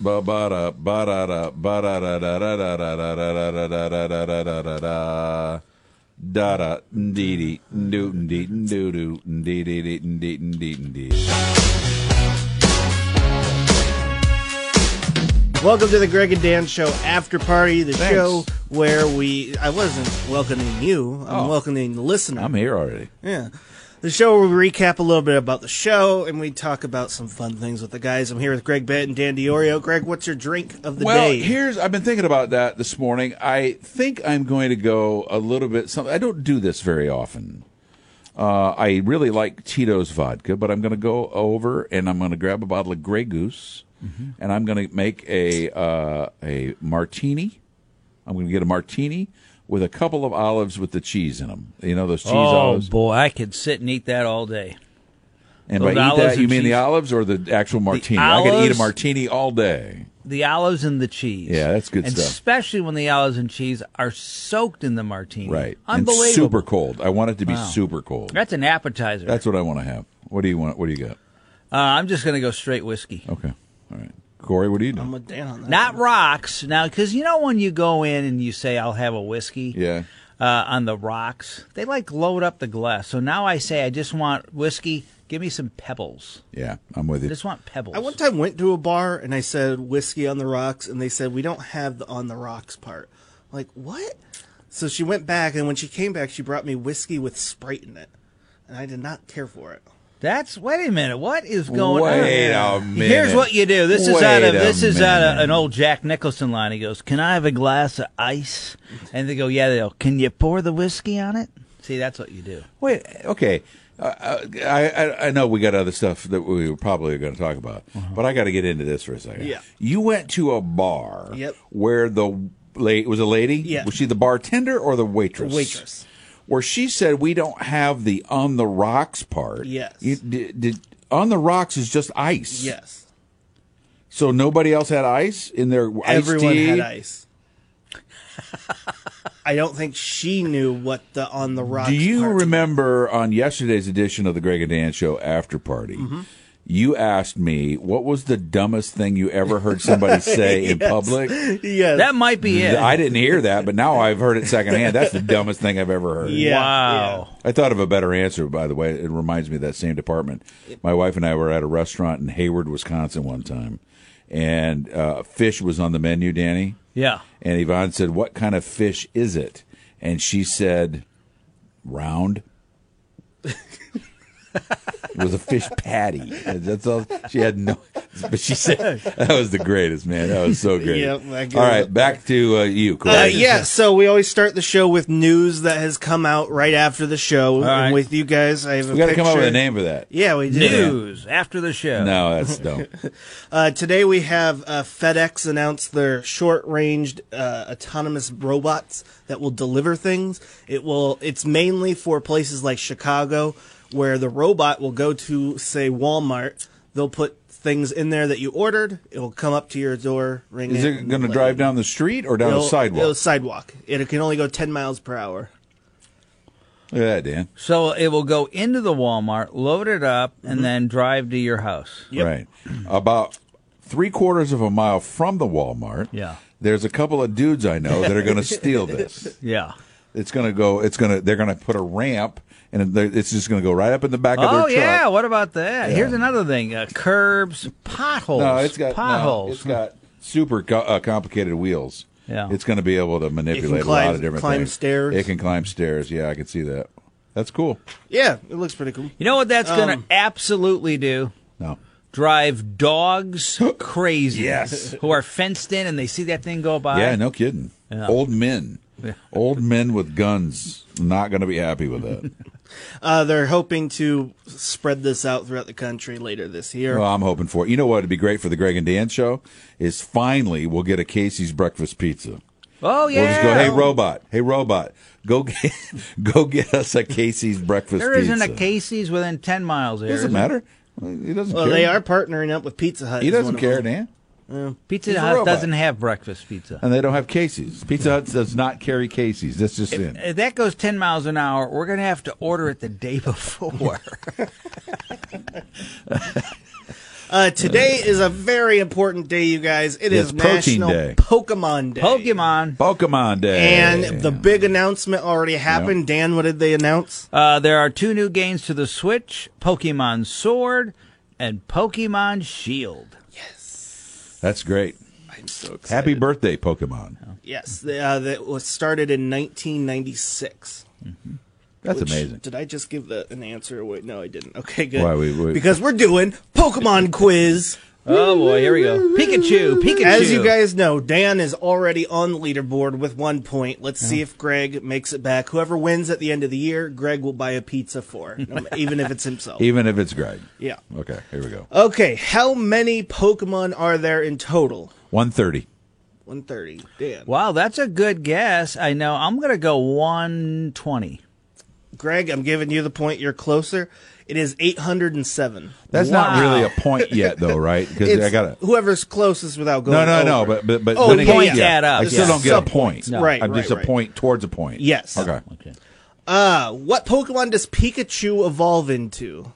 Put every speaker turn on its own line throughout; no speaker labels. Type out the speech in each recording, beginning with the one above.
Ba ba da ba da da ba da da da da da da da da da da da da da da da da da da da dee dee doo dee doo doo dee dee dee dee dee dee dee.
Welcome to the Greg and Dan Show After Party, the
Thanks.
show where we. I wasn't welcoming you, I'm
Oh.
welcoming the listener.
I'm here already.
yeah. The show where we recap a little bit about the show and we talk about some fun things with the guys. I'm here with Greg Bett and Dan Diorio. Greg, what's your drink of the
Well,
day?
here's I've been thinking about that this morning. I think I'm going to go a little bit. Some I don't do this very often. Uh, I really like Tito's vodka, but I'm going to go over and I'm going to grab a bottle of Grey Goose,
Mm-hmm.
and I'm going to make a uh, a martini. I'm going to get a martini with a couple of olives with the cheese in them. You know those cheese
oh
olives.
boy, I could sit and eat that all day.
And
those
by eat
olives
that, you
and
mean the
cheese.
olives or the actual martini? I could eat a
olives-
martini all day.
The olives and the cheese.
Yeah, that's good
and
stuff.
Especially when the olives and cheese are soaked in the martini.
Right.
Unbelievable.
And super cold. I want it to be super cold.
That's an appetizer.
That's what I want to have. What do you want? What do you got?
uh, I'm just going to go straight whiskey.
Okay. All right. Corey, what do you do?
I'm with Dan on that.
Not rocks. Now, because you know when you go in and you say, I'll have a whiskey
yeah.
uh, on the rocks, they like load up the glass. So now I say, I just want whiskey. Give me some pebbles.
Yeah. I'm with
I
you.
just want pebbles.
I one time went to a bar and I said whiskey on the rocks, and they said we don't have the on the rocks part. I'm like what? So she went back, and when she came back, she brought me whiskey with Sprite in it, and I did not care for it.
That's wait a minute. What is going
Wait
on?
a minute.
Here's what you do. This is out
Wait
of
a
this is out of
minute.
an old Jack Nicholson line. He goes, "Can I have a glass of ice?" And they go, "Yeah." They go, "Can you pour the whiskey on it?" See, that's what you do.
Wait. Okay. Uh, I, I I know we got other stuff that we were probably going to talk about, but I got to get into this for a second.
Uh-huh. Yeah.
You went to a bar.
Yep.
Where the la- it was a lady.
Yeah.
Was she the bartender or the waitress?
Waitress.
Where she said we don't have the on the rocks part.
Yes.
You, did, did, on the rocks is just ice.
Yes,
So nobody else had ice in their iced
everyone
tea?
had ice. I don't think she knew what the on the rocks.
Do you
part-
remember on yesterday's edition of the Greg and Dan Show After Party? You asked me what was the dumbest thing you ever heard somebody say in public.
Yes.
That might be it.
I didn't hear that, but now I've heard it secondhand. That's the dumbest thing I've ever heard.
Yeah,
wow.
I thought of a better answer, by the way. It reminds me of that same department. My wife and I were at a restaurant in Hayward, Wisconsin one time, and uh, fish was on the menu, Danny.
Yeah.
And Yvonne said, What kind of fish is it? And she said, Round. it was a fish patty. That's all she had no but she said that was the greatest, man. That was so great.
Yep, I get
all right,
it.
back to uh, you, Corey.
Uh, yeah, so we always start the show with news that has come out right after the show.
right.
And with you guys, I have a
We gotta come up with a
picture.
name for that.
Yeah, we do.
News after the show.
No, that's dumb.
Uh, today we have uh, FedEx announced their short-range uh, autonomous robots that will deliver things. It will. It's mainly for places like Chicago, where the robot will go to, say, Walmart. They'll put things in there that you ordered. It will come up to your door, ring.
Is it
and
going to
let-
drive down the street or down the
it'll- It'll
sidewalk?
sidewalk. It can only go ten miles per hour.
Look at that, Dan.
So it will go into the Walmart, load it up,
Mm-hmm.
and then drive to your house.
Yep.
Right. About three quarters of a mile from the Walmart.
Yeah.
There's a couple of dudes I know that are going to steal this.
Yeah.
It's going to go. It's going to. They're going to put a ramp, and they're- it's just going to go right up in the back of their
Oh
truck.
yeah. What about that?
Yeah.
Here's another thing: uh, curbs, potholes.
No, it's got no,
potholes.
it's got super co- uh, complicated wheels.
Yeah.
It's going to be able to manipulate a lot
climb-
of different
climb
things.
stairs.
It can climb stairs. Yeah, I can see that. That's cool.
Yeah, it looks pretty cool.
You know what that's going to
Um,
absolutely do?
No.
Drive dogs crazy.
Yes.
Who are fenced in and they see that thing go by.
Yeah, no kidding.
Yeah.
Old men, old men with guns, not going to be happy with that.
Uh, they're hoping to spread this out throughout the country later this year.
well, I'm hoping for it. You know what would be great for the Greg and Dan show is finally we'll get a Casey's breakfast pizza.
Oh, yeah.
We'll just go, hey robot, hey robot, go get, go get us a Casey's breakfast
There
pizza.
isn't a Casey's within 10 miles here.
Doesn't
is there?
matter. He doesn't
Well,
care.
they are partnering up with Pizza Hut.
He
is one
doesn't
of
care,
them.
Dan. He's
Pizza
a
Hut
robot. Uh,
doesn't have breakfast pizza.
And they don't have Casey's. Pizza Hut does not carry Casey's. That's just in.
If that goes 10 miles an hour, we're going to have to order it the day before.
Uh, today is a very important day, you guys. It
It's
is
Protein
National
Day.
Pokemon Day.
Pokemon.
Pokemon Day.
And the big announcement already happened. Dan, what did they announce?
Uh, there are two new games to the Switch: Pokemon Sword and Pokemon Shield.
That's great.
I'm so excited.
Happy birthday, Pokemon.
Yes, the, uh, that was started in 1996.
That's
Which-
amazing.
Did I just give the, an answer away? No, I didn't. Okay, good.
Why, we- we-
because we're doing Pokemon quiz.
Oh boy, here we go. Pikachu, Pikachu.
As you guys know, Dan is already on the leaderboard with one point. Let's see if Greg makes it back. Whoever wins at the end of the year, Greg will buy a pizza for, no- even if it's himself.
Even if it's Greg.
Yeah.
Okay, here we go.
Okay, how many Pokemon are there in total?
130.
130. Dan.
Wow, that's a good guess. I know. I'm gonna go 120.
Greg, I'm giving you the point. You're closer. It is 807.
That's not
Wow.
really a point yet, though, right? Because
It's
I got to.
whoever's closest without going
No, no, no,
over.
but but but
Oh,
then again,
points
yeah,
add up,
I still
yeah.
don't get a
Sub-points.
point.
Right,
I'm just
right,
a
right.
point towards a point.
Yes.
Okay.
Okay.
Uh, what Pokemon does Pikachu evolve into?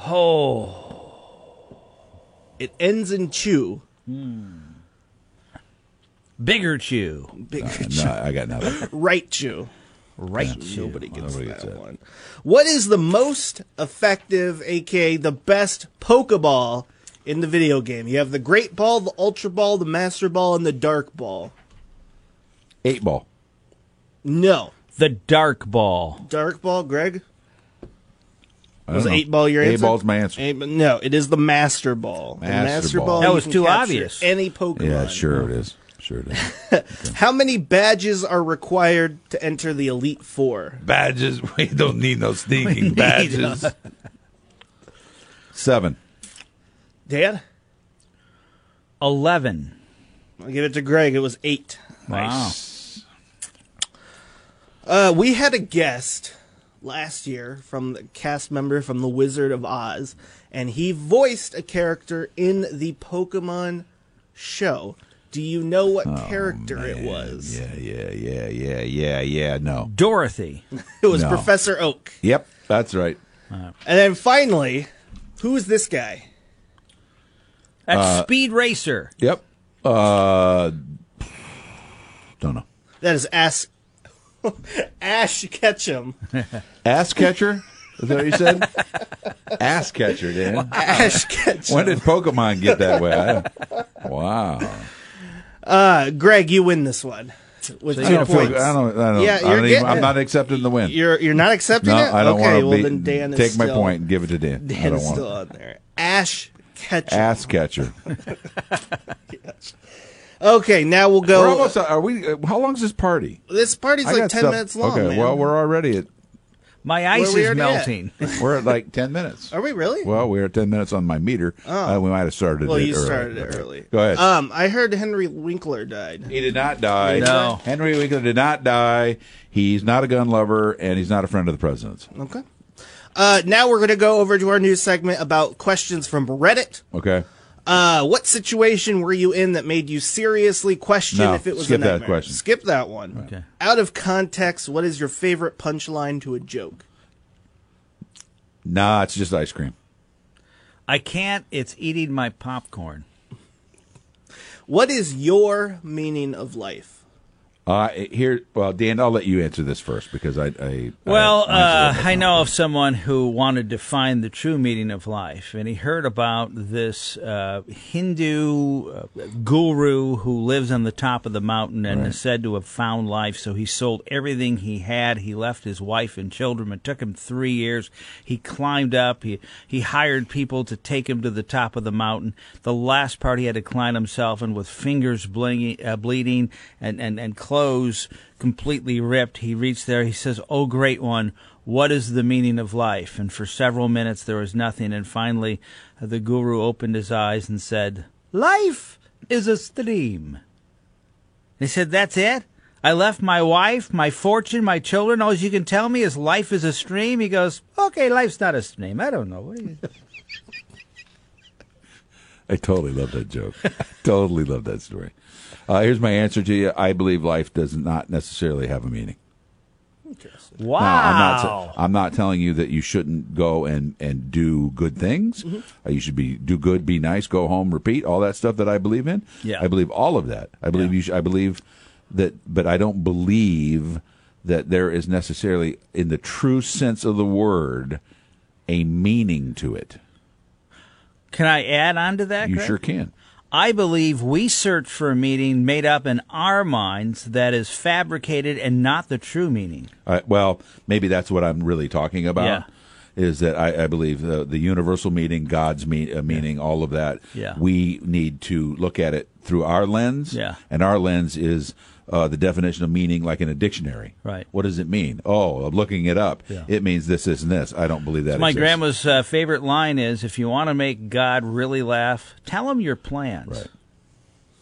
Oh,
It ends in Chew.
bigger Chew.
Big
No, I got nothing.
right Chew.
Right. Chew.
Nobody gets
Nobody
that
gets that.
one. What is the most effective, aka the best Pokeball in the video game? You have the Great Ball, the Ultra Ball, the Master Ball, and the Dark Ball.
Eight ball.
No.
The Dark Ball.
Dark Ball, Greg?
I
Was
don't know.
eight ball your
Eight
answer?
ball's my answer.
Eight- no, it is the Master Ball. The
Master Ball.
That
you
was
can
too
capture
obvious.
Any Pokemon.
Yeah, sure it is. Sure it is.
How many badges are required to enter the Elite Four?
badges. We don't need no stinking
need
badges. Seven.
Dan?
Eleven.
I'll give it to Greg. It was eight.
Nice.
Uh, we had a guest last year from the cast member from The Wizard of Oz, and he voiced a character in the Pokemon show. Do you know what character it was?
Oh, Yeah, yeah, yeah, yeah, yeah, yeah. No.
Dorothy.
It was
No.
Professor Oak.
Yep, that's right.
And then finally, who is this guy?
That's
Uh,
Speed Racer.
Yep. Uh, don't know.
That is Ash, Ash Ketchum.
Ass catcher. Is that what you said? Ass catcher, Dan.
Ash Ketchum.
When did Pokemon get that way? I don't- wow.
Uh, Greg, you win this one. With
I
two
don't, feel, I
points.
don't. I don't.
Yeah,
I
you're
don't
getting
even, I'm
it.
not accepting the win.
You're you're not accepting
no,
it.
I don't
okay,
want
well
to
then Dan is
take my
still-
point and give it to Dan. I
Dan
don't
is
want
still
it.
on there. Ash Ketchum.
ass catcher.
Okay, now we'll go.
We're almost. Are we? uh, How long's this party?
this party's
I
like
got
ten
stuff-
minutes long.
Okay,
man.
well, we're already at
My ice
we
is
already at?
melting.
we're at like ten minutes.
are we really?
Well, we're at ten minutes on my meter. Oh. we might have started.
Well,
it
you
early.
started it
Okay.
early.
Go ahead.
Um, I heard Henry Winkler died.
he did not die.
No.
Henry Winkler did not die. He's not a gun lover, and he's not a friend of the president's.
Okay. Uh, now we're gonna go over to our news segment about questions from Reddit.
Okay.
Uh, what situation were you in that made you seriously question
No,
if it was
skip
a
that
nightmare?
question.
Skip that one.
Okay.
Out of context, what is your favorite punchline to a joke?
Nah, it's just ice cream.
I can't. It's eating my popcorn.
What is your meaning of life?
Uh, here, well, Dan, I'll let you answer this first because I. I
Well,
I, mine's a
uh,
little bit
I know of
complicated.
someone who wanted to find the true meaning of life, and he heard about this uh, Hindu uh, guru who lives on the top of the mountain and is said to have found life. So he sold everything he had. He left his wife and children. It took him three years. He climbed up. He he hired people to take him to the top of the mountain. The last part, he had to climb himself, and with fingers bling, uh, bleeding and and and clothes completely ripped. He reached there. He says, Oh, great one, what is the meaning of life? And for several minutes, there was nothing. And finally, the guru opened his eyes and said, Life is a stream. He said, That's it? I left my wife, my fortune, my children. All you can tell me is life is a stream. He goes, Okay, life's not a stream. I don't know. What do you-
I totally love that joke. totally love that story. Uh, here's my answer to you. I believe life does not necessarily have a meaning.
interested.
Wow.
No, I'm not. I'm not telling you that you shouldn't go and and do good things.
Mm-hmm.
Uh, You should be do good, be nice, go home, repeat all that stuff that I believe in.
Yeah.
I believe all of that. I believe you. Should, I believe that, but I don't believe that there is necessarily, in the true sense of the word, a meaning to it.
Can I add on to that?
You
Greg?
sure can.
I believe we search for a meaning made up in our minds that is fabricated and not the true meaning.
I, well, maybe that's what I'm really talking about.
Yeah.
Is that I, I believe uh, the, the universal meaning, God's mean, uh, meaning, all of that.
Yeah.
We need to look at it through our lens.
Yeah.
And our lens is uh, the definition of meaning, like in a dictionary.
Right.
What does it mean? Oh, I'm looking it up.
Yeah.
It means this, this, and this. I don't believe that.
My
exists.
grandma's uh, favorite line is if you want to make God really laugh, tell him your plans.
Right.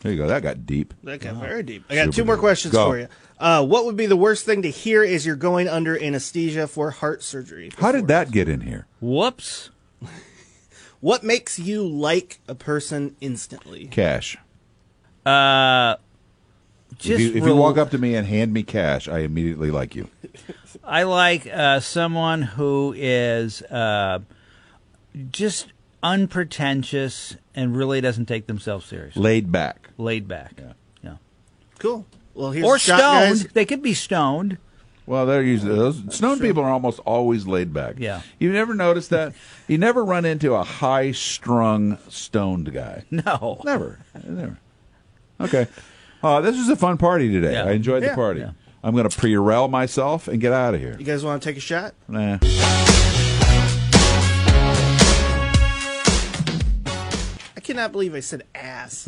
There you go. That got deep.
That got very deep. I got
Super
two more
deep.
questions
Go.
for you. Uh, what would be the worst thing to hear is you're going under anesthesia for heart surgery?
How did that get in here?
Whoops.
What makes you like a person instantly?
Cash.
Just
if you, if you
rel-
walk up to me and hand me cash, I immediately like you.
I like uh, someone who is uh, just unpretentious and really doesn't take themselves seriously.
Laid back.
Laid back. Yeah.
Cool. Well, here's
Or
a shot,
stoned.
guys.
They could be stoned.
Well, they're usually those stone people are almost always laid back.
Yeah.
you never notice that. You never run into a high strung stoned guy.
No.
Never, never. Okay, uh, this was a fun party today.
Yeah.
I enjoyed the
Yeah.
party. I'm going to pre-rel myself and get out of here.
You guys want to take a shot?
Nah.
I cannot believe I said ass.